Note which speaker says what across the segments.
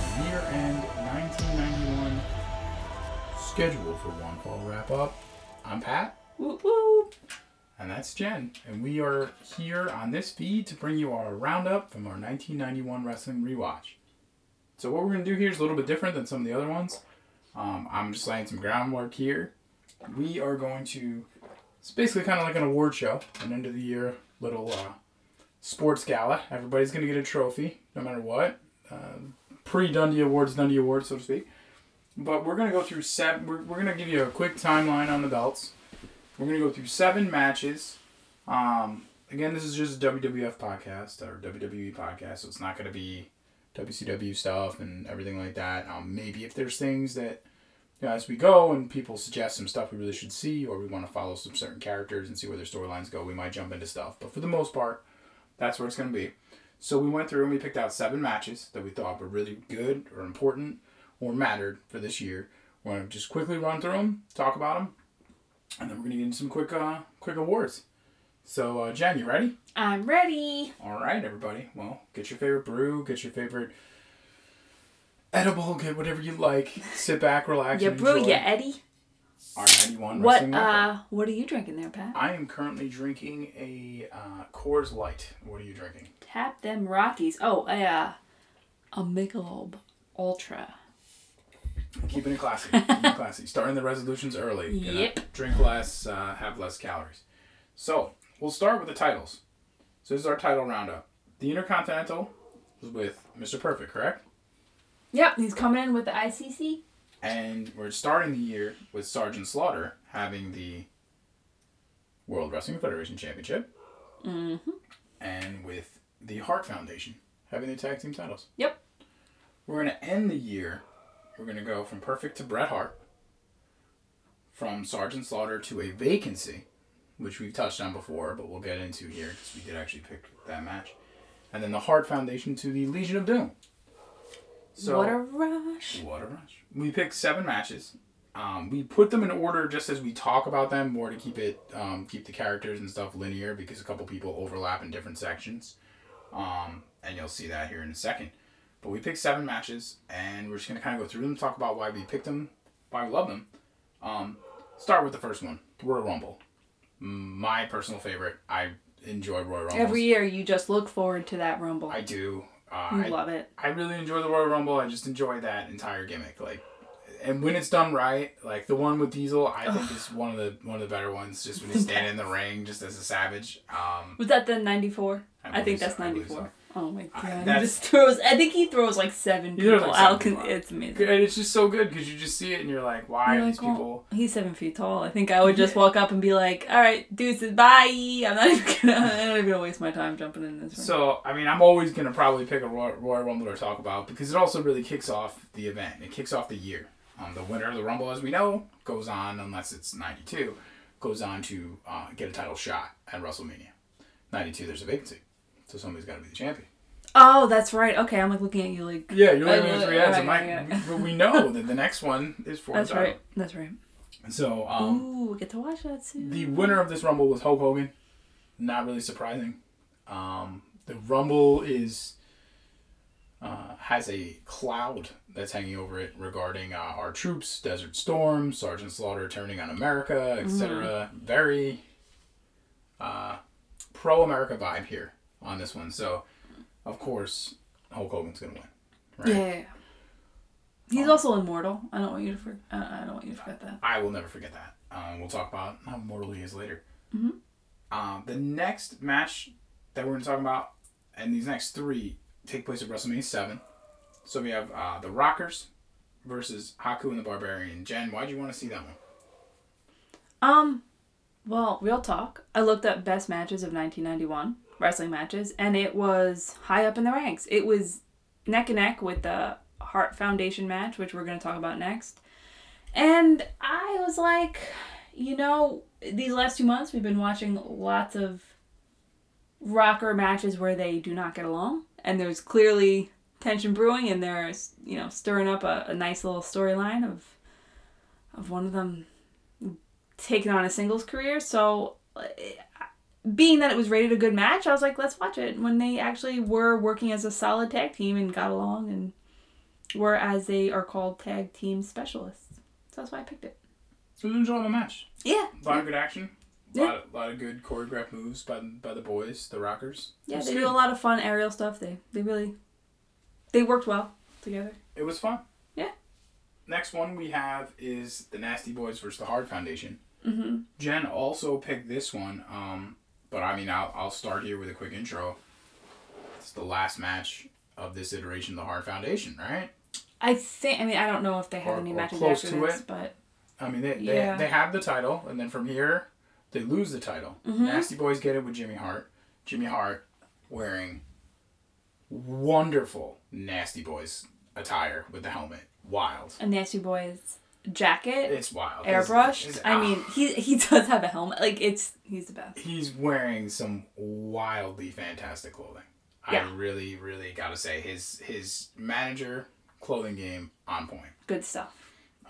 Speaker 1: and 1991 scheduled for one fall wrap up. I'm Pat,
Speaker 2: Whoop whoop.
Speaker 1: and that's Jen, and we are here on this feed to bring you our roundup from our 1991 wrestling rewatch. So what we're gonna do here is a little bit different than some of the other ones. Um, I'm just laying some groundwork here. We are going to. It's basically kind of like an award show, an end of the year little uh, sports gala. Everybody's gonna get a trophy, no matter what. Uh, Pre Dundee Awards, Dundee Awards, so to speak. But we're gonna go through seven. We're, we're gonna give you a quick timeline on the belts. We're gonna go through seven matches. Um, again, this is just a WWF podcast or WWE podcast, so it's not gonna be WCW stuff and everything like that. Um, maybe if there's things that you know, as we go and people suggest some stuff we really should see, or we want to follow some certain characters and see where their storylines go, we might jump into stuff. But for the most part, that's where it's going to be. So we went through and we picked out seven matches that we thought were really good or important or mattered for this year. We're going to just quickly run through them, talk about them, and then we're going to get into some quick, uh, quick awards. So, uh, Jen, you ready?
Speaker 2: I'm ready.
Speaker 1: All right, everybody. Well, get your favorite brew, get your favorite edible, get whatever you like. Sit back, relax.
Speaker 2: Yeah,
Speaker 1: and
Speaker 2: bro,
Speaker 1: enjoy
Speaker 2: yeah, Eddie.
Speaker 1: Our 91
Speaker 2: What
Speaker 1: Wrestling Wrap-Up.
Speaker 2: uh what are you drinking there, Pat?
Speaker 1: I am currently drinking a uh, Coors Light. What are you drinking?
Speaker 2: Tap them Rockies. Oh, a uh, a Michelob Ultra.
Speaker 1: Keeping it classy. Keeping it classy. Starting the resolutions early. Gonna
Speaker 2: Yep.
Speaker 1: Drink less, uh, have less calories. So we'll start with the titles. So this is our title roundup. The Intercontinental was with Mr. Perfect, correct?
Speaker 2: Yep, he's coming in with the ICC.
Speaker 1: And we're starting the year with Sergeant Slaughter having the World Wrestling Federation Championship
Speaker 2: Mm-hmm.
Speaker 1: and with the Hart Foundation having the tag team titles.
Speaker 2: Yep.
Speaker 1: We're going to end the year. We're going to go from Perfect to Bret Hart, from Sergeant Slaughter to a vacancy, which we've touched on before, but we'll get into here because we did actually pick that match. And then the Hart Foundation to the Legion of Doom. So,
Speaker 2: what a rush.
Speaker 1: what a rush. We picked seven matches. Um, we put them in order just as we talk about them, more to keep it, um, keep the characters and stuff linear because a couple people overlap in different sections. Um, and you'll see that here in a second. But we picked seven matches, and we're just gonna kind of go through them, talk about why we picked them, why we love them. Um, start with the first one, Royal Rumble. My personal favorite. I enjoy Royal Rumble.
Speaker 2: Every year you just look forward to that rumble.
Speaker 1: I do. Uh,
Speaker 2: you
Speaker 1: I
Speaker 2: love it.
Speaker 1: I really enjoy the Royal Rumble. I just enjoy that entire gimmick. Like, and when it's done right, like the one with Diesel, I think is one of the one of the better ones. Just when he's standing in the ring, just as a savage. Um,
Speaker 2: Was that the 94? I, think
Speaker 1: believe
Speaker 2: that's
Speaker 1: so, I believe
Speaker 2: 94. Oh my god.
Speaker 1: I-
Speaker 2: he
Speaker 1: that's-
Speaker 2: just throws I think he throws like 7
Speaker 1: He
Speaker 2: people
Speaker 1: throws, like, seven
Speaker 2: out. 'cause
Speaker 1: people out.
Speaker 2: It's
Speaker 1: so.
Speaker 2: amazing.
Speaker 1: And it's just so good because you just see it and you're like, why
Speaker 2: You're
Speaker 1: are
Speaker 2: like,
Speaker 1: these
Speaker 2: well,
Speaker 1: people?
Speaker 2: He's seven feet tall. I think I would just
Speaker 1: Yeah.
Speaker 2: walk up and be like, "All right, deuces, bye." I'm not even gonna, I'm not even gonna waste my time jumping in this room.
Speaker 1: So I mean, I'm always gonna probably pick a Royal, Royal Rumble to talk about because it also really kicks off the event. It kicks off the year. Um, the winner of the Rumble, as we know, goes on unless it's '92, goes on to uh, get a title shot at WrestleMania. '92, there's a vacancy, so somebody's got to be the champion.
Speaker 2: oh, that's right. Okay, I'm like looking at you like.
Speaker 1: Yeah, you're
Speaker 2: I
Speaker 1: only
Speaker 2: li-
Speaker 1: three ads. It
Speaker 2: Oh, right,
Speaker 1: might-
Speaker 2: yeah,
Speaker 1: we- we know that the next one is for
Speaker 2: That's
Speaker 1: the title.
Speaker 2: right. That's right.
Speaker 1: And So um,
Speaker 2: Ooh, we get to watch that soon.
Speaker 1: the winner of this Rumble was Hulk Hogan. Not really surprising. Um, the Rumble is uh, has a cloud that's hanging over it regarding uh, our troops, Desert Storm, Sergeant Slaughter turning on America, etc. Very uh, pro America vibe here on this one. So, of course, Hulk Hogan's gonna win. Right?
Speaker 2: Yeah, yeah, yeah. He's
Speaker 1: Um,
Speaker 2: also immortal. I don't want you to for, uh, I don't want you to forget that.
Speaker 1: I will never forget that. Um, we'll talk about how mortal he is later.
Speaker 2: Mm-hmm.
Speaker 1: Um, the next match that we're going to talk about, and these next three, take place at WrestleMania 7. So we have uh, the Rockers versus Haku and the Barbarian. Jen, why'd you want to see that one?
Speaker 2: Um, well, real talk. I looked up best matches of 1991 wrestling matches, and it was high up in the ranks. It was neck and neck with the Hart Foundation match, which we're going to talk about next. And I was like, you know, these last two months we've been watching lots of rocker matches where they do not get along, and there's clearly tension brewing, and there's you know stirring up a, a nice little storyline of of one of them taken on a singles career. So, uh, being that it was rated a good match, I was like, let's watch it. When they actually were working as a solid tag team and got along and whereas they are called tag team specialists. So that's why I picked it.
Speaker 1: It was an enjoyable match.
Speaker 2: Yeah.
Speaker 1: A lot of good action. A
Speaker 2: Yeah.
Speaker 1: lot, of, lot of good choreographed moves by by the boys, the Rockers. It
Speaker 2: Yeah,
Speaker 1: was
Speaker 2: they
Speaker 1: good.
Speaker 2: do a lot of fun aerial stuff. They they really they worked well together.
Speaker 1: It was fun.
Speaker 2: Yeah.
Speaker 1: Next one we have is the Nasty Boys versus the Hard Foundation.
Speaker 2: Mm-hmm.
Speaker 1: Jen also picked this one, um, but I mean, I'll, I'll start here with a quick intro. It's the last match of this iteration of the Hard Foundation, right?
Speaker 2: I think I mean I don't know if they had
Speaker 1: Or-
Speaker 2: any
Speaker 1: or
Speaker 2: matches
Speaker 1: close
Speaker 2: after
Speaker 1: to
Speaker 2: this,
Speaker 1: it.
Speaker 2: but
Speaker 1: I mean, they,
Speaker 2: Yeah.
Speaker 1: they, they have the title, and then from here, they lose the title.
Speaker 2: Mm-hmm.
Speaker 1: Nasty Boys get it with Jimmy Hart. Jimmy Hart wearing wonderful Nasty Boys attire with the helmet. Wild.
Speaker 2: a nasty boy's jacket,
Speaker 1: It's wild. His-
Speaker 2: airbrushed.
Speaker 1: his-
Speaker 2: I
Speaker 1: ah.
Speaker 2: mean he he does have a helmet. Like it's he's the best.
Speaker 1: he's wearing some wildly fantastic clothing.
Speaker 2: Yeah.
Speaker 1: I really, really gotta say his his manager clothing game on point.
Speaker 2: Good stuff.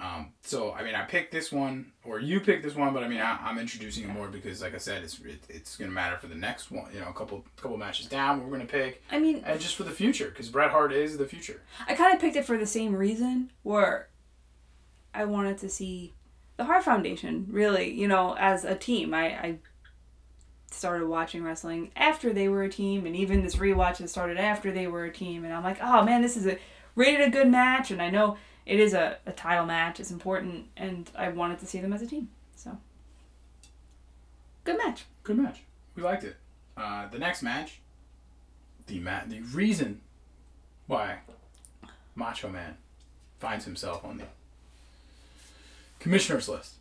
Speaker 1: Um, so I mean, I picked this one, or you picked this one, but I mean, I, I'm introducing it more because, like I said, it's it, it's gonna matter for the next one. You know, a couple couple matches down, we're gonna pick,
Speaker 2: I mean
Speaker 1: and just for the future, because Bret Hart is the future.
Speaker 2: I kind of picked it for the same reason where I wanted to see the Heart Foundation really, you know, as a team. I, I started watching wrestling after they were a team, and even this rewatch that started after they were a team. And I'm like, oh man, this is a rated a good match, and I know it is a, a title match, it's important, and I wanted to see them as a team. So, good match.
Speaker 1: Good match. We liked it. Uh, the next match, the ma- the reason why Macho Man finds himself on the commissioner's list,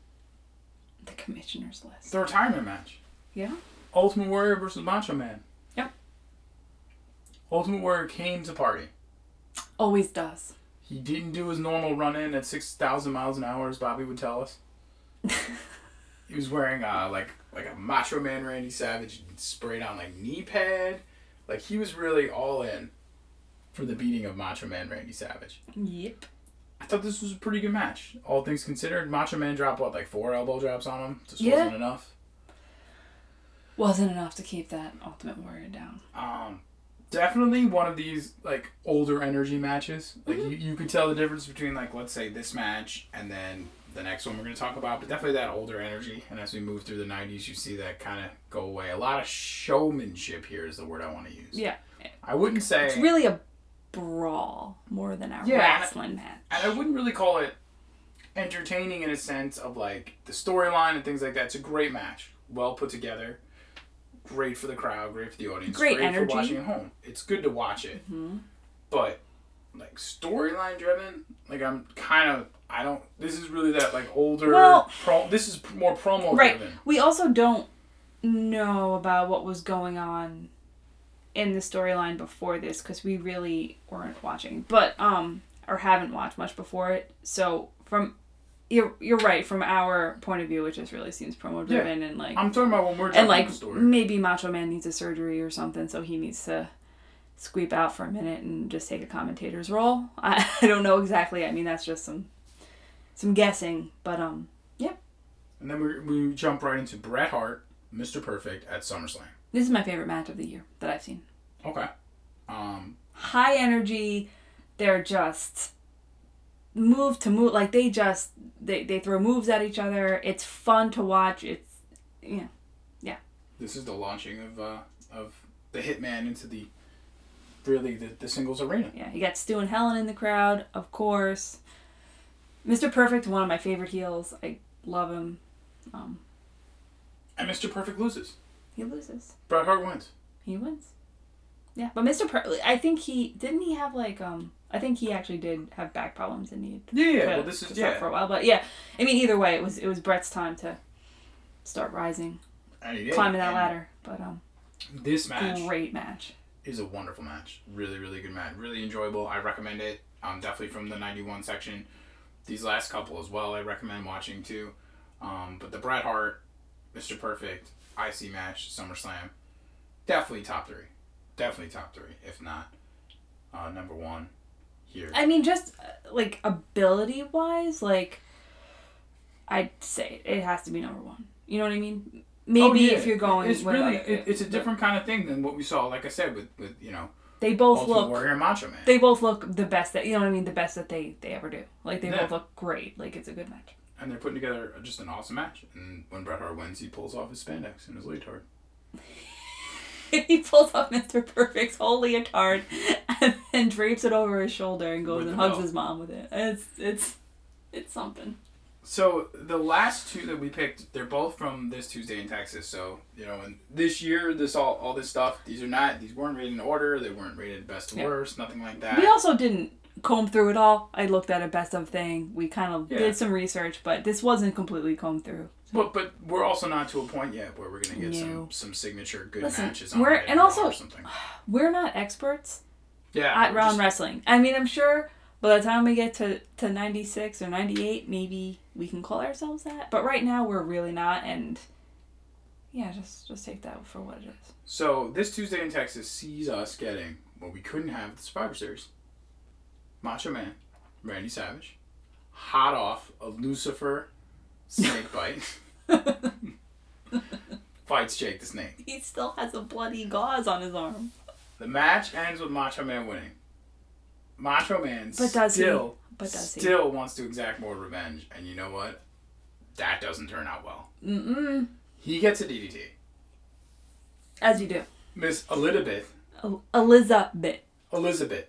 Speaker 2: The commissioner's list.
Speaker 1: the retirement match,
Speaker 2: Yeah?
Speaker 1: Ultimate Warrior versus Macho Man.
Speaker 2: Yep.
Speaker 1: Ultimate Warrior came to party.
Speaker 2: Always does.
Speaker 1: He didn't do his normal run in at six thousand miles an hour, as Bobby would tell us. he was wearing uh, like like a Macho Man Randy Savage sprayed on like knee pad, like he was really all in for the beating of Macho Man Randy Savage.
Speaker 2: Yep.
Speaker 1: I thought this was a pretty good match, all things considered. Macho Man dropped what like four elbow drops on him. Just
Speaker 2: Yeah.
Speaker 1: wasn't enough.
Speaker 2: Wasn't enough to keep that Ultimate Warrior down.
Speaker 1: Um, definitely one of these like older energy matches. Like
Speaker 2: Mm-hmm.
Speaker 1: you, you could tell the difference between like let's say this match and then the next one we're gonna talk about, but definitely that older energy. And as we move through the '90s, you see that kind of go away. A lot of showmanship here is the word I want to use.
Speaker 2: Yeah.
Speaker 1: I wouldn't say,
Speaker 2: It's really a brawl more than a
Speaker 1: Yeah.
Speaker 2: wrestling match.
Speaker 1: and I wouldn't really call it entertaining in a sense of like the storyline and things like that. It's a great match, well put together. Great for the crowd, great for the audience,
Speaker 2: Great energy. Mm-hmm.
Speaker 1: for watching at home. It's good to watch it. but like storyline driven like i'm kind of i don't this is really that like older
Speaker 2: Well-
Speaker 1: pro, this is p- more promo
Speaker 2: Right.
Speaker 1: driven
Speaker 2: We also don't know about what was going on in the storyline before this because we really weren't watching, but um, or haven't watched much before it. So from you're you're right from our point of view, it just really seems promo driven and like
Speaker 1: i'm talking about when we're
Speaker 2: and
Speaker 1: talking
Speaker 2: like
Speaker 1: the story
Speaker 2: maybe Macho Man needs a surgery or something, so he needs to squeep out for a minute and just take a commentator's role. I, I don't know exactly. I mean, that's just some some guessing, but um, yeah,
Speaker 1: and then we, we jump right into bret hart mr perfect at summerslam
Speaker 2: this is my favorite match of the year that I've seen.
Speaker 1: okay um
Speaker 2: High energy. They're just move to move like they just they, they throw moves at each other it's fun to watch it's yeah
Speaker 1: this is the launching of uh of the hitman into the really the, the singles arena
Speaker 2: yeah you got stu and helen in the crowd of course mr perfect one of my favorite heels i love him um,
Speaker 1: and mr perfect loses
Speaker 2: he loses.
Speaker 1: bret hart wins
Speaker 2: He wins. Yeah, but Mr. Per- I think he didn't he have like um I think he actually did have back problems and he
Speaker 1: yeah, yeah
Speaker 2: had
Speaker 1: well this
Speaker 2: to
Speaker 1: is
Speaker 2: stop
Speaker 1: yeah
Speaker 2: for a while. But yeah, I mean either way, it was it was Brett's time to start rising,
Speaker 1: and he did,
Speaker 2: climbing that
Speaker 1: and
Speaker 2: ladder. But um,
Speaker 1: this match
Speaker 2: great match.
Speaker 1: is a wonderful match. Really, really good match. Really enjoyable. I recommend it. Um, definitely from the 91 section. These last couple as well, I recommend watching too. Um, but the Bret Hart, Mr. Perfect, IC match, SummerSlam, definitely top three. Definitely top three, if not uh, number one here.
Speaker 2: I mean, just uh, like ability wise, like I'd say it has to be number one. You know what I mean? Maybe
Speaker 1: Oh, yeah.
Speaker 2: if you're going,
Speaker 1: it's
Speaker 2: with
Speaker 1: really
Speaker 2: other-
Speaker 1: it, it's a different kind of thing than what we saw. Like I said, with with you know
Speaker 2: They both
Speaker 1: Ultimate
Speaker 2: look
Speaker 1: Warrior and Macho Man.
Speaker 2: they both look the best that you know what I mean, the best that they they ever do. Like they
Speaker 1: Yeah.
Speaker 2: both look great. Like it's a good match.
Speaker 1: and they're putting together just an awesome match. And when Bret Hart wins, he pulls off his spandex and his leotard.
Speaker 2: he pulls off Mr. Perfect's whole leotard and then drapes it over his shoulder and goes
Speaker 1: With
Speaker 2: and
Speaker 1: the
Speaker 2: hugs
Speaker 1: belt.
Speaker 2: his mom with it. It's it's it's something.
Speaker 1: So the last two that we picked, they're both from this Tuesday in Texas. So you know, and this year, this all all this stuff. These are not. These weren't rated in order. They weren't rated best to
Speaker 2: Yeah.
Speaker 1: worst. Nothing like that.
Speaker 2: We also didn't comb through it all. I looked at a best of thing. We kind of
Speaker 1: Yeah.
Speaker 2: did some research, but this wasn't completely combed through.
Speaker 1: But but we're also not to a point yet where we're gonna get
Speaker 2: No.
Speaker 1: some some signature good
Speaker 2: Listen,
Speaker 1: matches on
Speaker 2: we're-
Speaker 1: Rated
Speaker 2: and
Speaker 1: Raw
Speaker 2: also-
Speaker 1: or something.
Speaker 2: We're not experts
Speaker 1: Yeah.
Speaker 2: at
Speaker 1: we're
Speaker 2: round
Speaker 1: just-
Speaker 2: wrestling. I mean, I'm sure by the time we get to, to 96 or 98, maybe we can call ourselves that. But right now, we're really not. And yeah, just just take that for what it is.
Speaker 1: So this Tuesday in Texas sees us getting what we couldn't have at the Survivor Series. Macho Man, Randy Savage, hot off a Lucifer snake bite, fights Jake the Snake.
Speaker 2: He still has a bloody gauze on his arm.
Speaker 1: The match ends with Macho Man winning. Macho Man
Speaker 2: But does he?
Speaker 1: still,
Speaker 2: But does he?
Speaker 1: still wants to exact more revenge, and you know what? That doesn't turn out well.
Speaker 2: Mm-mm.
Speaker 1: He gets a DDT.
Speaker 2: As you do.
Speaker 1: Miss Elizabeth
Speaker 2: El- Elizabeth.
Speaker 1: Elizabeth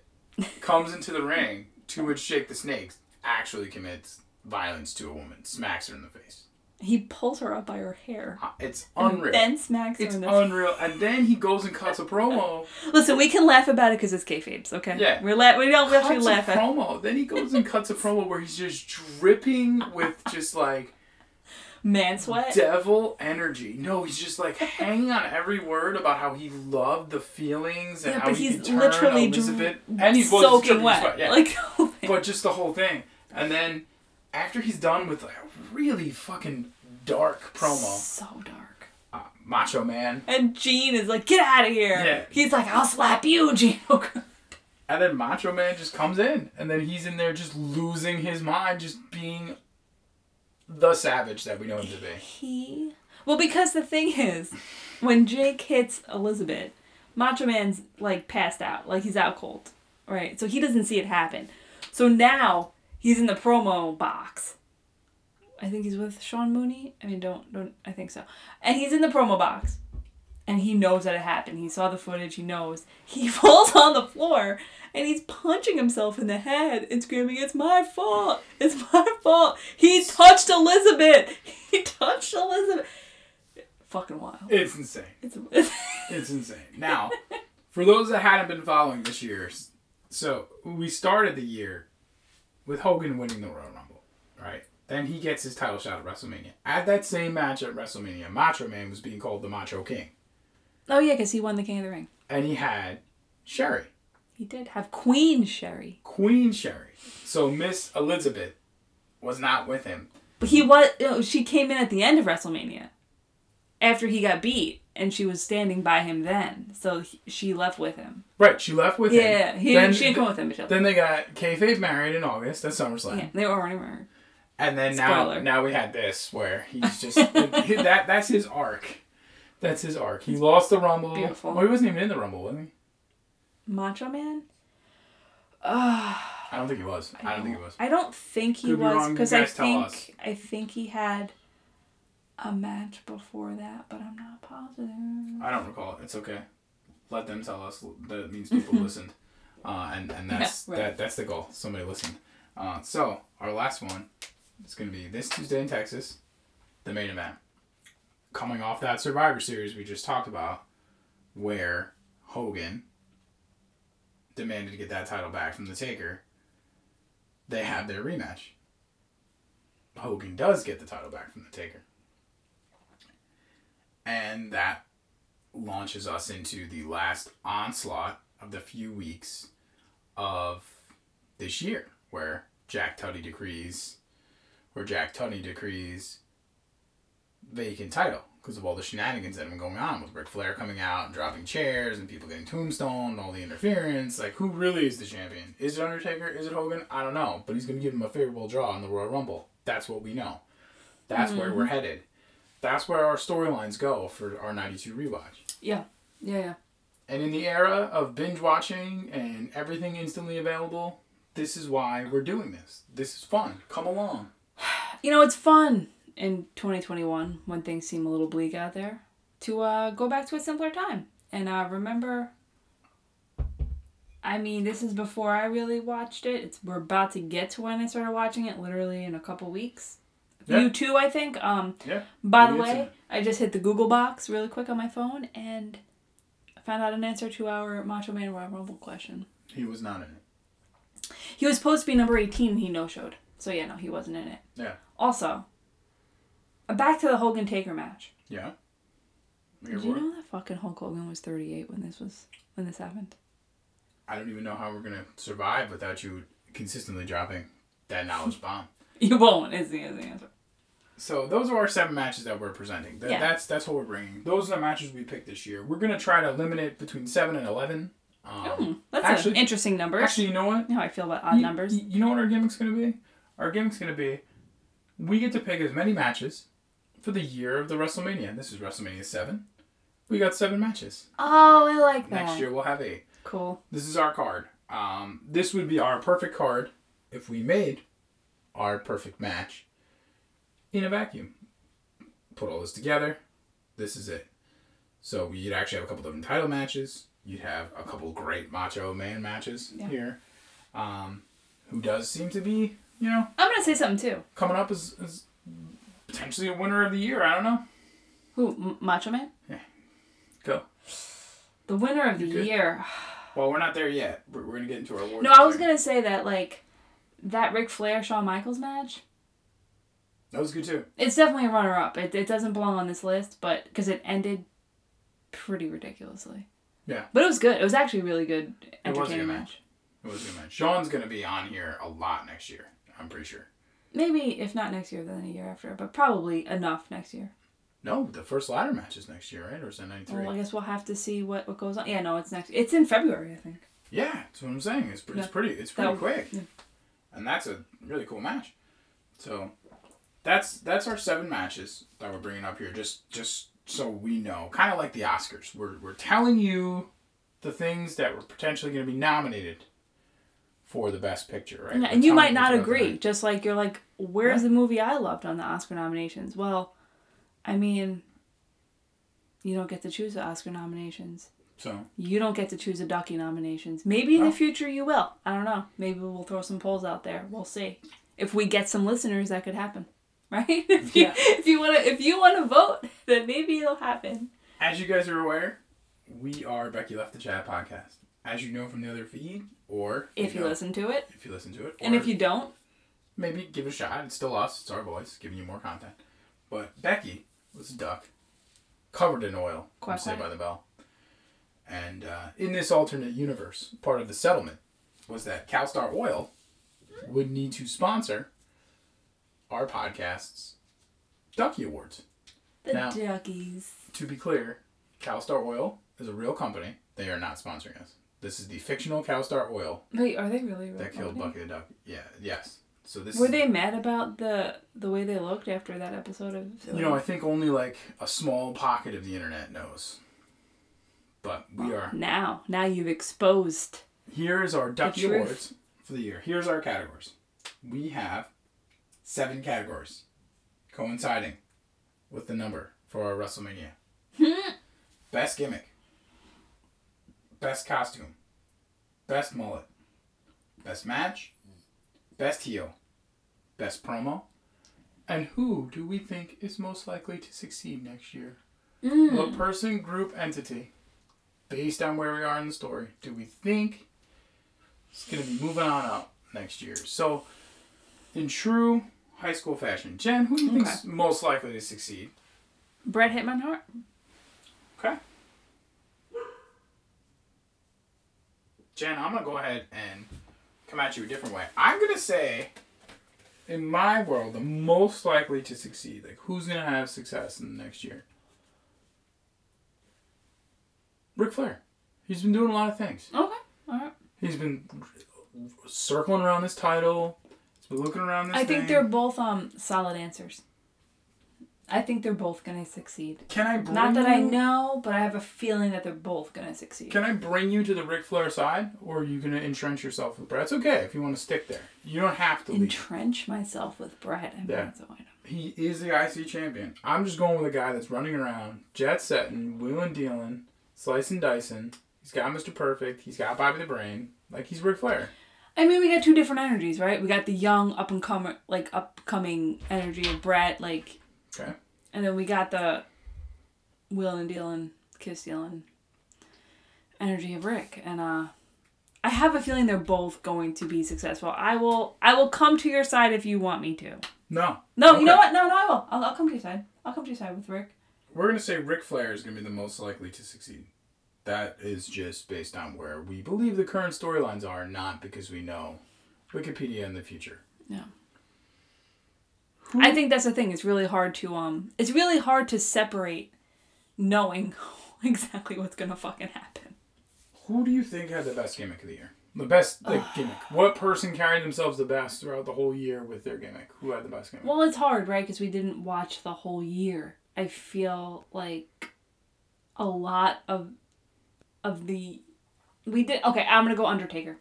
Speaker 1: comes into the ring to which Jake the Snake actually commits violence to a woman, smacks her in the face.
Speaker 2: He pulls her up by her hair.
Speaker 1: Uh, It's unreal.
Speaker 2: Then smacks her
Speaker 1: it's
Speaker 2: in the
Speaker 1: unreal. And then he goes and cuts a promo.
Speaker 2: Listen, we can laugh about it because it's kayfabes, okay?
Speaker 1: Yeah.
Speaker 2: We're la- we don't we actually
Speaker 1: cuts
Speaker 2: laugh
Speaker 1: a
Speaker 2: at
Speaker 1: promo. Then he goes and cuts a promo where he's just dripping with just like
Speaker 2: man sweat.
Speaker 1: devil energy. No, he's just like hanging on every word about how he loved the feelings and
Speaker 2: Yeah,
Speaker 1: how
Speaker 2: but
Speaker 1: he
Speaker 2: he's
Speaker 1: could turn
Speaker 2: literally dr-
Speaker 1: Elizabeth. and he's well, he's dripping
Speaker 2: soaking
Speaker 1: with
Speaker 2: wet.
Speaker 1: sweat, yeah.
Speaker 2: Like, oh
Speaker 1: but just the whole thing. And then after he's done with like a really fucking dark promo,
Speaker 2: so dark.
Speaker 1: uh, Macho Man,
Speaker 2: And Gene is like, get out of here.
Speaker 1: Yeah.
Speaker 2: He's like, I'll slap you, Gene.
Speaker 1: and then Macho Man just comes in, and then he's in there just losing his mind, just being the savage that we know him to be.
Speaker 2: he. Well, because the thing is, when Jake hits Elizabeth, Macho Man's like passed out. Like, he's out cold. Right? So he doesn't see it happen. So now he's in the promo box. I think he's with Sean Mooney. I mean, don't don't. I think so. And he's in the promo box, and he knows that it happened. He saw the footage. He knows. He falls on the floor, and he's punching himself in the head and screaming, "It's my fault! It's my fault! He touched Elizabeth! He touched Elizabeth!" Fucking wild.
Speaker 1: It's insane.
Speaker 2: It's,
Speaker 1: It's insane. Now, for those that hadn't been following this year, so we started the year with Hogan winning the Royal Rumble, right? Then he gets his title shot at WrestleMania. At that same match at WrestleMania, Macho Man was being called the Macho King,
Speaker 2: oh yeah, because he won the King of the Ring.
Speaker 1: and he had Sherry,
Speaker 2: He did have Queen Sherry,
Speaker 1: Queen Sherry. So Miss Elizabeth was not with him.
Speaker 2: but he was. You know, she came in at the end of WrestleMania, after he got beat, and she was standing by him then. So he, she left with him.
Speaker 1: Right, she left with him.
Speaker 2: Yeah, he,
Speaker 1: Then-
Speaker 2: she didn't come with him, Michelle.
Speaker 1: Then they got kayfabe married in August at SummerSlam.
Speaker 2: yeah, they were already married.
Speaker 1: And then now,
Speaker 2: Spoiler.
Speaker 1: now we had this where he's just that. That's his arc. That's his arc. He lost the rumble.
Speaker 2: Beautiful.
Speaker 1: Well, he wasn't even in the rumble, was he?
Speaker 2: Macho Man. Uh,
Speaker 1: I don't think he was. I don't think he was.
Speaker 2: I don't think he
Speaker 1: Could be
Speaker 2: was
Speaker 1: wrong, you
Speaker 2: because I
Speaker 1: guys tell
Speaker 2: think
Speaker 1: us.
Speaker 2: I think he had a match before that, but I'm not positive.
Speaker 1: I don't recall it. It's okay. Let them tell us. That means people listened, uh, and and that's
Speaker 2: Yeah, right.
Speaker 1: that. That's the goal. Somebody listened. Uh, so our last one is going to be this Tuesday in Texas, the main event. Coming off that Survivor Series we just talked about, where Hogan demanded to get that title back from the Taker. They have their rematch. Hogan does get the title back from the Taker. And that launches us into the last onslaught of the few weeks of this year, where Jack Tutty decrees, where Jack Tutty decrees vacant title because of all the shenanigans that have been going on with Ric Flair coming out and dropping chairs and people getting tombstone and all the interference. Like, who really is the champion? Is it Undertaker? Is it Hogan? I don't know, but he's going to give him a favorable draw in the Royal Rumble. That's what we know. That's where we're headed. That's where our storylines go for our 92 rewatch
Speaker 2: Yeah, yeah, yeah.
Speaker 1: And in the era of binge watching and everything instantly available, this is why we're doing this. This is fun. Come along.
Speaker 2: You know, it's fun in 2021 when things seem a little bleak out there to uh, go back to a simpler time and uh, remember. I mean, this is before I really watched it. It's, we're about to get to when I started watching it, literally in a couple weeks.
Speaker 1: Yeah.
Speaker 2: You too, I think. Um,
Speaker 1: Yeah.
Speaker 2: by the
Speaker 1: Maybe it's
Speaker 2: way, I just hit the Google box really quick on my phone and found out an answer to our Macho Man Royal Rumble question.
Speaker 1: He was not in it.
Speaker 2: He was supposed to be number 18 and he no showed. So yeah, no, he wasn't in it.
Speaker 1: Yeah.
Speaker 2: Also, uh, back to the Hogan Taker match.
Speaker 1: Yeah.
Speaker 2: Did you know that fucking Hulk Hogan was 38 when this was when this happened?
Speaker 1: I don't even know how we're gonna survive without you consistently dropping that knowledge bomb.
Speaker 2: You won't is the, is the answer.
Speaker 1: So those are our seven matches that we're presenting. Th-
Speaker 2: Yeah.
Speaker 1: That's that's what we're bringing. Those are the matches we picked this year. We're gonna try to limit it between seven and eleven.
Speaker 2: Hmm,
Speaker 1: Um,
Speaker 2: that's
Speaker 1: actually-
Speaker 2: an interesting number.
Speaker 1: actually, you know what?
Speaker 2: you know how I feel about odd
Speaker 1: You-
Speaker 2: numbers.
Speaker 1: You, you know what our gimmick's gonna be? Our gimmick's gonna be we get to pick as many matches for the year of the WrestleMania. This is WrestleMania seven. We got seven matches.
Speaker 2: oh, I like that.
Speaker 1: Next year we'll have eight.
Speaker 2: Cool.
Speaker 1: This is our card. Um, this would be our perfect card if we made our perfect match in a vacuum. Put all this together. This is it. So you'd actually have a couple different title matches. You'd have a couple great Macho Man matches
Speaker 2: Yeah.
Speaker 1: here. Um, who does seem to be, you know,
Speaker 2: I'm gonna say something too.
Speaker 1: coming up as, as potentially a winner of the year. I don't know.
Speaker 2: Who? M- Macho Man?
Speaker 1: Go.
Speaker 2: The winner of the
Speaker 1: You good?
Speaker 2: year.
Speaker 1: Well, we're not there yet. We're, we're gonna get into our awards.
Speaker 2: No, I was
Speaker 1: later.
Speaker 2: gonna say that like that Ric Flair Shawn Michaels match.
Speaker 1: That was good too.
Speaker 2: It's definitely a runner up. It, it doesn't belong on this list, but because it ended pretty ridiculously.
Speaker 1: Yeah.
Speaker 2: But it was good. It was actually a really good,
Speaker 1: It was a
Speaker 2: entertaining
Speaker 1: good
Speaker 2: match.
Speaker 1: It was a good match. Sean's gonna be on here a lot next year. I'm pretty sure.
Speaker 2: Maybe if not next year, then a year after, but probably enough next year.
Speaker 1: No, the first ladder match is next year, right? Or is that '93?
Speaker 2: Well, I guess we'll have to see what, what goes on. Yeah, no, it's next. It's in February, I think.
Speaker 1: yeah, that's what I'm saying. It's, pre-
Speaker 2: Yeah.
Speaker 1: it's pretty. It's pretty
Speaker 2: That-
Speaker 1: quick,
Speaker 2: yeah.
Speaker 1: and that's a really cool match. So, that's that's our seven matches that we're bringing up here. Just just so we know, kind of like the Oscars, we're we're telling you the things that were potentially going to be nominated for the best picture, right?
Speaker 2: Yeah,
Speaker 1: We're
Speaker 2: and you
Speaker 1: telling
Speaker 2: might not
Speaker 1: what's about to
Speaker 2: agree.
Speaker 1: win.
Speaker 2: Just like you're like, where's
Speaker 1: Yeah.
Speaker 2: the movie I loved on the Oscar nominations? Well, I mean, you don't get to choose the Oscar nominations.
Speaker 1: So
Speaker 2: You don't get to choose the Ducky nominations. Maybe in
Speaker 1: No.
Speaker 2: the future you will. I don't know. Maybe we'll throw some polls out there. We'll see. If we get some listeners, that could happen, right? if you
Speaker 1: Yeah.
Speaker 2: if you wanna if you wanna vote, then maybe it'll happen.
Speaker 1: As you guys are aware, we are Becky Left the Chat podcast. As you know from the other feed, or
Speaker 2: If you
Speaker 1: know,
Speaker 2: listen to it,
Speaker 1: if you listen to it,
Speaker 2: and
Speaker 1: or
Speaker 2: if you don't,
Speaker 1: maybe give it a shot. It's still us. It's our voice giving you more content. But Becky was a duck, covered in oil, from
Speaker 2: Quack,
Speaker 1: Saved
Speaker 2: quack.
Speaker 1: by the Bell. And uh, in this alternate universe, part of the settlement was that CalStar Oil would need to sponsor our podcast's Ducky Awards.
Speaker 2: the
Speaker 1: No.
Speaker 2: duckies.
Speaker 1: to be clear, CalStar Oil is a real company. They are not sponsoring us. This is the fictional CalStar Oil
Speaker 2: Wait, are they really?
Speaker 1: that killed
Speaker 2: recording?
Speaker 1: Bucky the Duck. Yeah, yes. So this
Speaker 2: Mm-hmm. Were
Speaker 1: is,
Speaker 2: they mad about the the way they looked after that episode of?
Speaker 1: you know, I think only like a small pocket of the internet knows. But we are
Speaker 2: now now you've exposed.
Speaker 1: here is our Ducky
Speaker 2: truth.
Speaker 1: Awards for the year. Here's our categories. We have seven categories coinciding with the number for our WrestleMania.
Speaker 2: Hmm.
Speaker 1: best gimmick, best costume, best mullet, best match, best heel, best promo. And who do we think is most likely to succeed next year? What person, group, entity, based on where we are in the story, do we think is going to be moving on up next year? So, in true high school fashion, Jen, who do you think is most likely to succeed?
Speaker 2: Brett hit my heart.
Speaker 1: Okay. Jen, I'm gonna go ahead and come at you a different way. I'm gonna say, in my world, the most likely to succeed, like who's gonna have success in the next year? Ric Flair. He's been doing a lot of things.
Speaker 2: Okay, all right.
Speaker 1: He's been circling around this title. He's been looking around this.
Speaker 2: I think
Speaker 1: thing.
Speaker 2: they're both um solid answers. I think they're both gonna succeed.
Speaker 1: Can I bring
Speaker 2: Not that I
Speaker 1: you-
Speaker 2: know, but I have a feeling that they're both gonna succeed.
Speaker 1: Can I bring you to the Ric Flair side, or are you gonna entrench yourself with Brett? It's okay if you want to stick there. You don't have to leave.
Speaker 2: Entrench myself with Brett. I mean,
Speaker 1: Yeah.
Speaker 2: that's all I know.
Speaker 1: He is the IC champion. I'm just going with a guy that's running around, jet setting, wheeling, dealing, slicing, dicing. He's got Mr. Perfect. He's got Bobby the Brain. Like he's Ric Flair.
Speaker 2: I mean, we got two different energies, right? We got the young, up and comer, like upcoming energy of Brett, like,
Speaker 1: Okay.
Speaker 2: and then we got the will and dealing, kiss dealing energy of Rick. And uh, I have a feeling they're both going to be successful. I will, I will come to your side if you want me to.
Speaker 1: No.
Speaker 2: No,
Speaker 1: Okay.
Speaker 2: you know what? No, no, I will. I'll, I'll come to your side. I'll come to your side with Rick.
Speaker 1: We're gonna say Ric Flair is gonna be the most likely to succeed. That is just based on where we believe the current storylines are, not because we know Wikipedia in the future.
Speaker 2: I think that's the thing. It's really hard to um. It's really hard to separate, knowing exactly what's gonna fucking happen.
Speaker 1: Who do you think had the best gimmick of the year? The best like gimmick. What person carried themselves the best throughout the whole year with their gimmick? Who had the best gimmick?
Speaker 2: Well, it's hard, right? Because we didn't watch the whole year. I feel like a lot of of the we did. Okay, I'm gonna go Undertaker.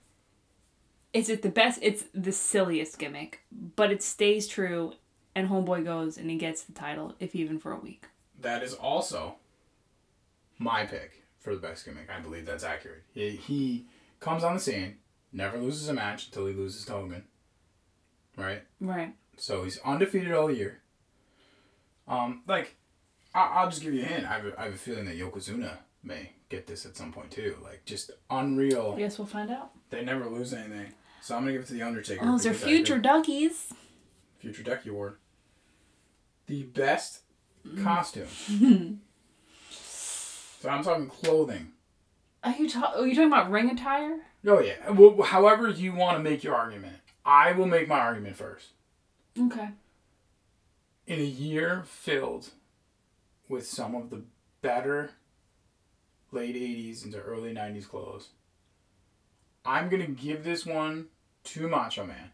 Speaker 2: Is it the best? It's the silliest gimmick, but it stays true. And Homeboy goes and he gets the title, if even for a week.
Speaker 1: That is also my pick for the best gimmick. I believe that's accurate. He, he comes on the scene, never loses a match until he loses to Hogan. Right?
Speaker 2: Right.
Speaker 1: So he's undefeated all year. Um, like, I- I'll just give you a hint. I have a, I have a feeling that Yokozuna may get this at some point too. Like, just unreal.
Speaker 2: I guess we'll find out.
Speaker 1: They never lose anything. So I'm gonna give it to the Undertaker.
Speaker 2: Oh, those are
Speaker 1: because I
Speaker 2: future duckies.
Speaker 1: think- future Ducky Award. The best
Speaker 2: Mm.
Speaker 1: costume. so I'm talking clothing.
Speaker 2: Are you, ta- are you talking about ring attire?
Speaker 1: Oh yeah. Well, however you want to make your argument, I will make my argument first.
Speaker 2: Okay.
Speaker 1: in a year filled with some of the better late 80s into early 90s clothes, I'm going to give this one to Macho Man.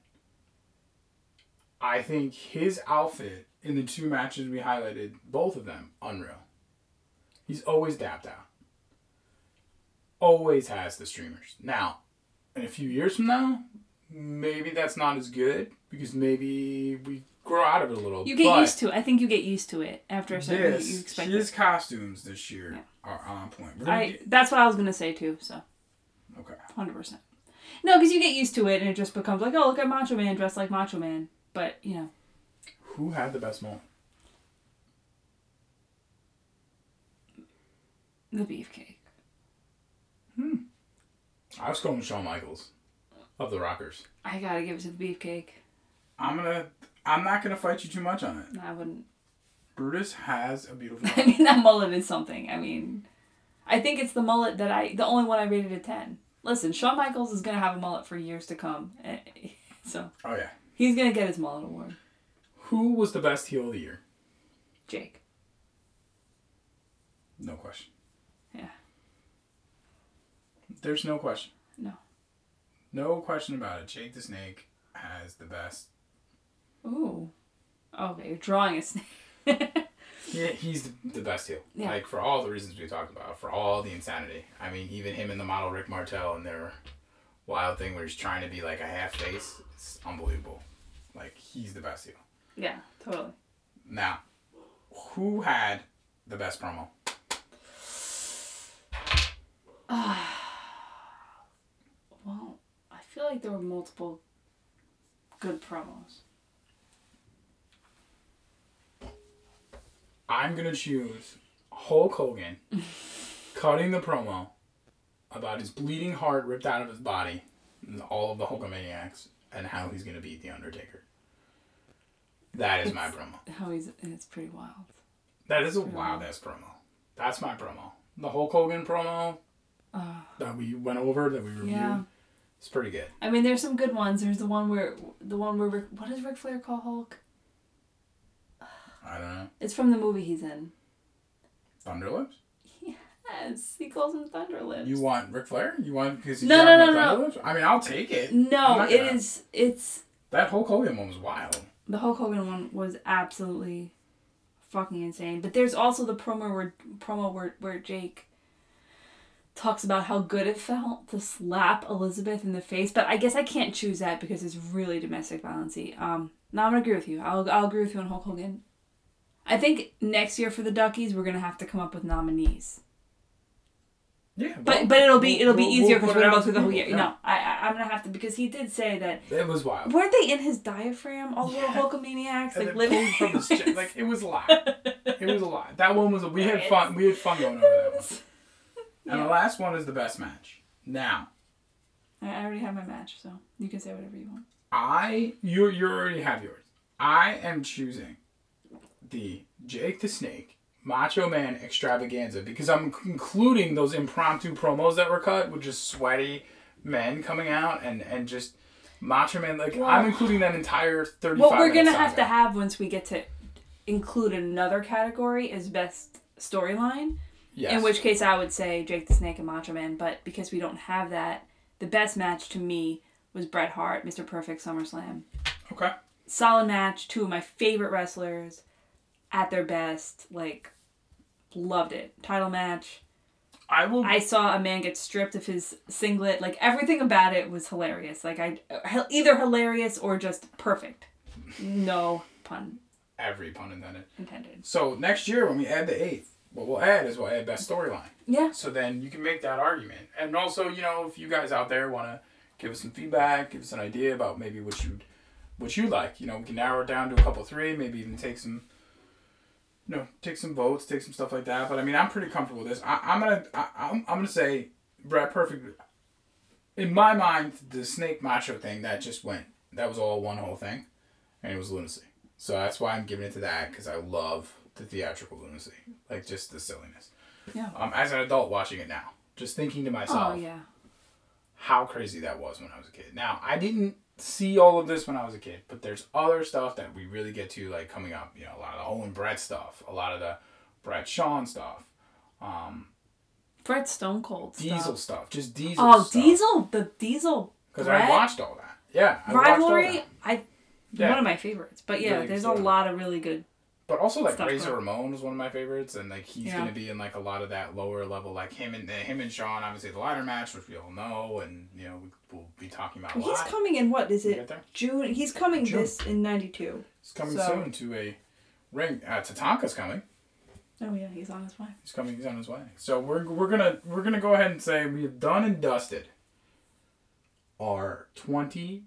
Speaker 1: I think his outfit in the two matches we highlighted, both of them, unreal. He's always dapped out. Always has the streamers. Now, in a few years from now, maybe that's not as good because maybe we grow out of it a little.
Speaker 2: You get
Speaker 1: but-
Speaker 2: used to it. I think you get used to it after a certain
Speaker 1: this,
Speaker 2: you expect
Speaker 1: his
Speaker 2: it.
Speaker 1: costumes this year
Speaker 2: Yeah.
Speaker 1: are on point. We're gonna
Speaker 2: I,
Speaker 1: get-
Speaker 2: that's what I was going to say too, so
Speaker 1: okay.
Speaker 2: 100%. No, because you get used to it and it just becomes like, oh, look at Macho Man dressed like Macho Man. But, you know,
Speaker 1: Who had the best moment?
Speaker 2: the beefcake.
Speaker 1: I was going with Shawn Michaels of the Rockers.
Speaker 2: I got to give it to the beefcake.
Speaker 1: I'm gonna. I'm not gonna fight you too much on it.
Speaker 2: No, I wouldn't.
Speaker 1: Brutus has a beautiful.
Speaker 2: I mean, that mullet is something. I mean, I think it's the mullet that I, the only one I rated a 10. Listen, Shawn Michaels is going to have a mullet for years to come. eh, So
Speaker 1: oh yeah.
Speaker 2: he's going to get his mullet award.
Speaker 1: Who was the best heel of the year?
Speaker 2: Jake.
Speaker 1: No question.
Speaker 2: Yeah.
Speaker 1: There's no question.
Speaker 2: No.
Speaker 1: No question about it. Jake the Snake has the best.
Speaker 2: Ooh. Oh, Okay, you're drawing a snake.
Speaker 1: Yeah, he's the, the best heel.
Speaker 2: Yeah.
Speaker 1: Like for all the reasons we talked about, for all the insanity. I mean, even him and the model Rick Martel and their wild thing where he's trying to be like a half face. It's unbelievable. Like he's the best heel.
Speaker 2: yeah, totally.
Speaker 1: Now, who had the best promo?
Speaker 2: Well, I feel like there were multiple good promos.
Speaker 1: I'm gonna choose Hulk Hogan cutting the promo about his bleeding heart ripped out of his body and all of the Hulkamaniacs and how he's gonna beat the Undertaker. That is my promo.
Speaker 2: How he's and it's pretty wild.
Speaker 1: That is a wild ass promo. That's my promo. The Hulk Hogan promo
Speaker 2: Uh,
Speaker 1: that we went over that we reviewed.
Speaker 2: Yeah.
Speaker 1: It's pretty good.
Speaker 2: I mean, there's some good ones. There's the one where the one where Rick, what does Ric Flair call Hulk?
Speaker 1: I don't know.
Speaker 2: It's from the movie he's in.
Speaker 1: Thunderlips?
Speaker 2: Yes, he calls him Thunderlips.
Speaker 1: You want Ric Flair? You want because he's
Speaker 2: No,
Speaker 1: talking
Speaker 2: no,
Speaker 1: about
Speaker 2: no, no.
Speaker 1: Thunderlips? I mean, I'll take it. I'm
Speaker 2: no,
Speaker 1: not
Speaker 2: it
Speaker 1: gonna-
Speaker 2: is. It's
Speaker 1: That Hulk Hogan one was wild.
Speaker 2: the Hulk Hogan one was absolutely fucking insane. But there's also the promo where promo where where Jake talks about how good it felt to slap Elizabeth in the face. But I guess I can't choose that because it's really domestic violencey. Um, no, I'm gonna agree with you. I'll I'll agree with you on Hulk Hogan. I think next year for the Duckies we're gonna have to come up with nominees.
Speaker 1: Yeah, well,
Speaker 2: But but it'll be it'll be
Speaker 1: we'll-
Speaker 2: easier
Speaker 1: we'll
Speaker 2: because
Speaker 1: put
Speaker 2: we're
Speaker 1: it
Speaker 2: gonna
Speaker 1: out
Speaker 2: go through
Speaker 1: to
Speaker 2: the whole
Speaker 1: people,
Speaker 2: year. No, I, I I'm gonna have to because he did say that
Speaker 1: yeah. it was wild.
Speaker 2: Weren't they in his diaphragm? All the
Speaker 1: Yeah.
Speaker 2: little Hulkamaniacs,
Speaker 1: And
Speaker 2: like
Speaker 1: it
Speaker 2: living
Speaker 1: pulled from his chin. like it was a lot. It was a lot. That one was we had fun. We had fun going over that one. And
Speaker 2: Yeah.
Speaker 1: the last one is the best match. Now
Speaker 2: I I already have my match, so you can say whatever you want.
Speaker 1: I you you already have yours. I am choosing the Jake the Snake Macho Man extravaganza because I'm including those impromptu promos that were cut with just sweaty men coming out and and just Macho Man like
Speaker 2: Well-
Speaker 1: I'm including that entire 35
Speaker 2: What we're
Speaker 1: minute
Speaker 2: gonna have
Speaker 1: saga.
Speaker 2: to have once we get to include another category is best storyline.
Speaker 1: yes.
Speaker 2: In which case, I would say Jake the Snake and Macho Man, but because we don't have that, the best match to me was Bret Hart, Mr. Perfect, SummerSlam.
Speaker 1: okay
Speaker 2: solid match. Two of my favorite wrestlers at their best. Like, loved it. Title match.
Speaker 1: I will
Speaker 2: I saw a man get stripped of his singlet. Like, everything about it was hilarious. Like, I either hilarious or just perfect. No pun
Speaker 1: every pun intended.
Speaker 2: intended.
Speaker 1: So next year when we add the eighth, what we'll add is we'll add best storyline.
Speaker 2: Yeah.
Speaker 1: So then you can make that argument. And also, you know, if you guys out there want to give us some feedback, give us an idea about maybe what you what you like, you know, we can narrow it down to a couple three, maybe even take some you know, take some votes, take some stuff like that. But I mean, I'm pretty comfortable with this. I, I'm gonna I, I'm, I'm gonna say Brad Perfect. In my mind, the Snake Macho thing that just went that was all one whole thing, and it was lunacy. So that's why I'm giving it to that because I love the theatrical lunacy, like just the silliness.
Speaker 2: Yeah.
Speaker 1: Um, as an adult watching it now, just thinking to myself,
Speaker 2: Oh, yeah.
Speaker 1: how crazy that was when I was a kid. Now, I didn't see all of this when I was a kid, but there's other stuff that we really get to like coming up. You know, a lot of the Owen Brett stuff, a lot of the Brett Sean stuff, um,
Speaker 2: Bret Stone Cold. stuff.
Speaker 1: Diesel stuff, just Diesel.
Speaker 2: Oh, Diesel. The Diesel.
Speaker 1: Because I
Speaker 2: Bret
Speaker 1: watched all that. Yeah, I watched all
Speaker 2: rivalry.
Speaker 1: that.
Speaker 2: I.
Speaker 1: Yeah.
Speaker 2: One of my favorites. But yeah,
Speaker 1: Really good
Speaker 2: there's a
Speaker 1: story.
Speaker 2: lot of really good.
Speaker 1: But also like
Speaker 2: Stuff
Speaker 1: Razor
Speaker 2: going.
Speaker 1: Ramon was one of my favorites, and like he's
Speaker 2: Yeah.
Speaker 1: gonna be in like a lot of that lower level, like him and uh, him and Sean, obviously the ladder match, which we all know, and you know we, we'll be talking about a
Speaker 2: He's
Speaker 1: lot.
Speaker 2: coming in, what is
Speaker 1: We
Speaker 2: it?
Speaker 1: get there?
Speaker 2: June. He's coming
Speaker 1: June.
Speaker 2: this in '92.
Speaker 1: He's coming
Speaker 2: So-
Speaker 1: soon to a ring. Uh, Tatanka's coming.
Speaker 2: Oh yeah, he's on his way.
Speaker 1: He's coming. He's on his way. So we're we're gonna we're gonna go ahead and say we have done and dusted our twenty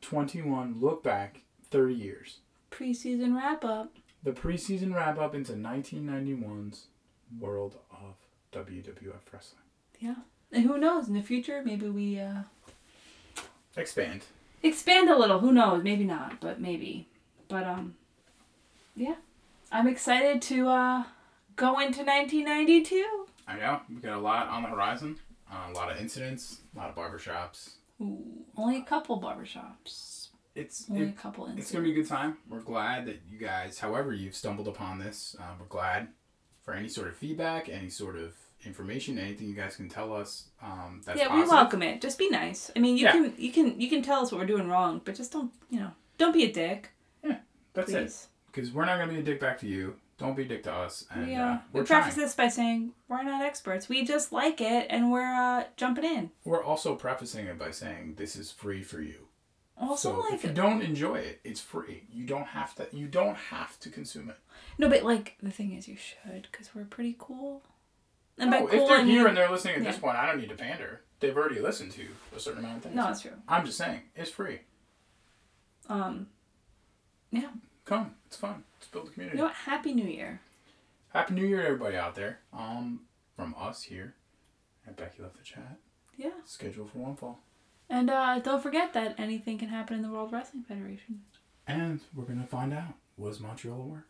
Speaker 1: twenty one look back thirty years.
Speaker 2: Preseason wrap up.
Speaker 1: The preseason wrap up into 1991's world of WWF wrestling.
Speaker 2: Yeah. And who knows? In the future, maybe we uh,
Speaker 1: Expand.
Speaker 2: expand a little. Who knows? Maybe not, but maybe. But um, yeah. I'm excited to uh, go into 1992.
Speaker 1: I know we got a lot on the horizon. Uh, a lot of incidents. A lot of barbershops.
Speaker 2: Ooh, only a couple barbershops.
Speaker 1: It's
Speaker 2: Only
Speaker 1: it,
Speaker 2: a couple.
Speaker 1: It's gonna be a good time. We're glad that you guys, however you've stumbled upon this, uh, we're glad for any sort of feedback, any sort of information, anything you guys can tell us. Um, that's
Speaker 2: yeah,
Speaker 1: positive.
Speaker 2: we welcome it. Just be nice. I mean, you
Speaker 1: Yeah.
Speaker 2: can you can you can tell us what we're doing wrong, but just don't you know don't be a dick,
Speaker 1: That's it,
Speaker 2: please.
Speaker 1: because we're not gonna be a dick back to you. Don't be a dick to us. And,
Speaker 2: we,
Speaker 1: uh,
Speaker 2: uh, we
Speaker 1: we're
Speaker 2: preface
Speaker 1: trying.
Speaker 2: this by saying we're not experts. We just like it, and we're uh, jumping in.
Speaker 1: We're also prefacing it by saying this is free for you.
Speaker 2: Also,
Speaker 1: so if
Speaker 2: like
Speaker 1: you don't enjoy it, it's free. You don't have to. You don't have to consume it.
Speaker 2: no, but like the thing is, you should because we're pretty cool. And
Speaker 1: No,
Speaker 2: by cool,
Speaker 1: if they're
Speaker 2: I
Speaker 1: here
Speaker 2: mean-
Speaker 1: and they're listening at
Speaker 2: yeah.
Speaker 1: this point, I don't need to pander. They've already listened to a certain amount of things.
Speaker 2: no, that's true.
Speaker 1: I'm just saying it's free.
Speaker 2: Um, yeah.
Speaker 1: Come, it's fun. Let's build a community.
Speaker 2: You know what? Happy New Year.
Speaker 1: Happy New Year to everybody out there. Um, from us here at Becky Left the Chat.
Speaker 2: Yeah,
Speaker 1: Schedule for one fall.
Speaker 2: and uh, don't forget that anything can happen in the World Wrestling Federation.
Speaker 1: And we're gonna find out was Montreal a work?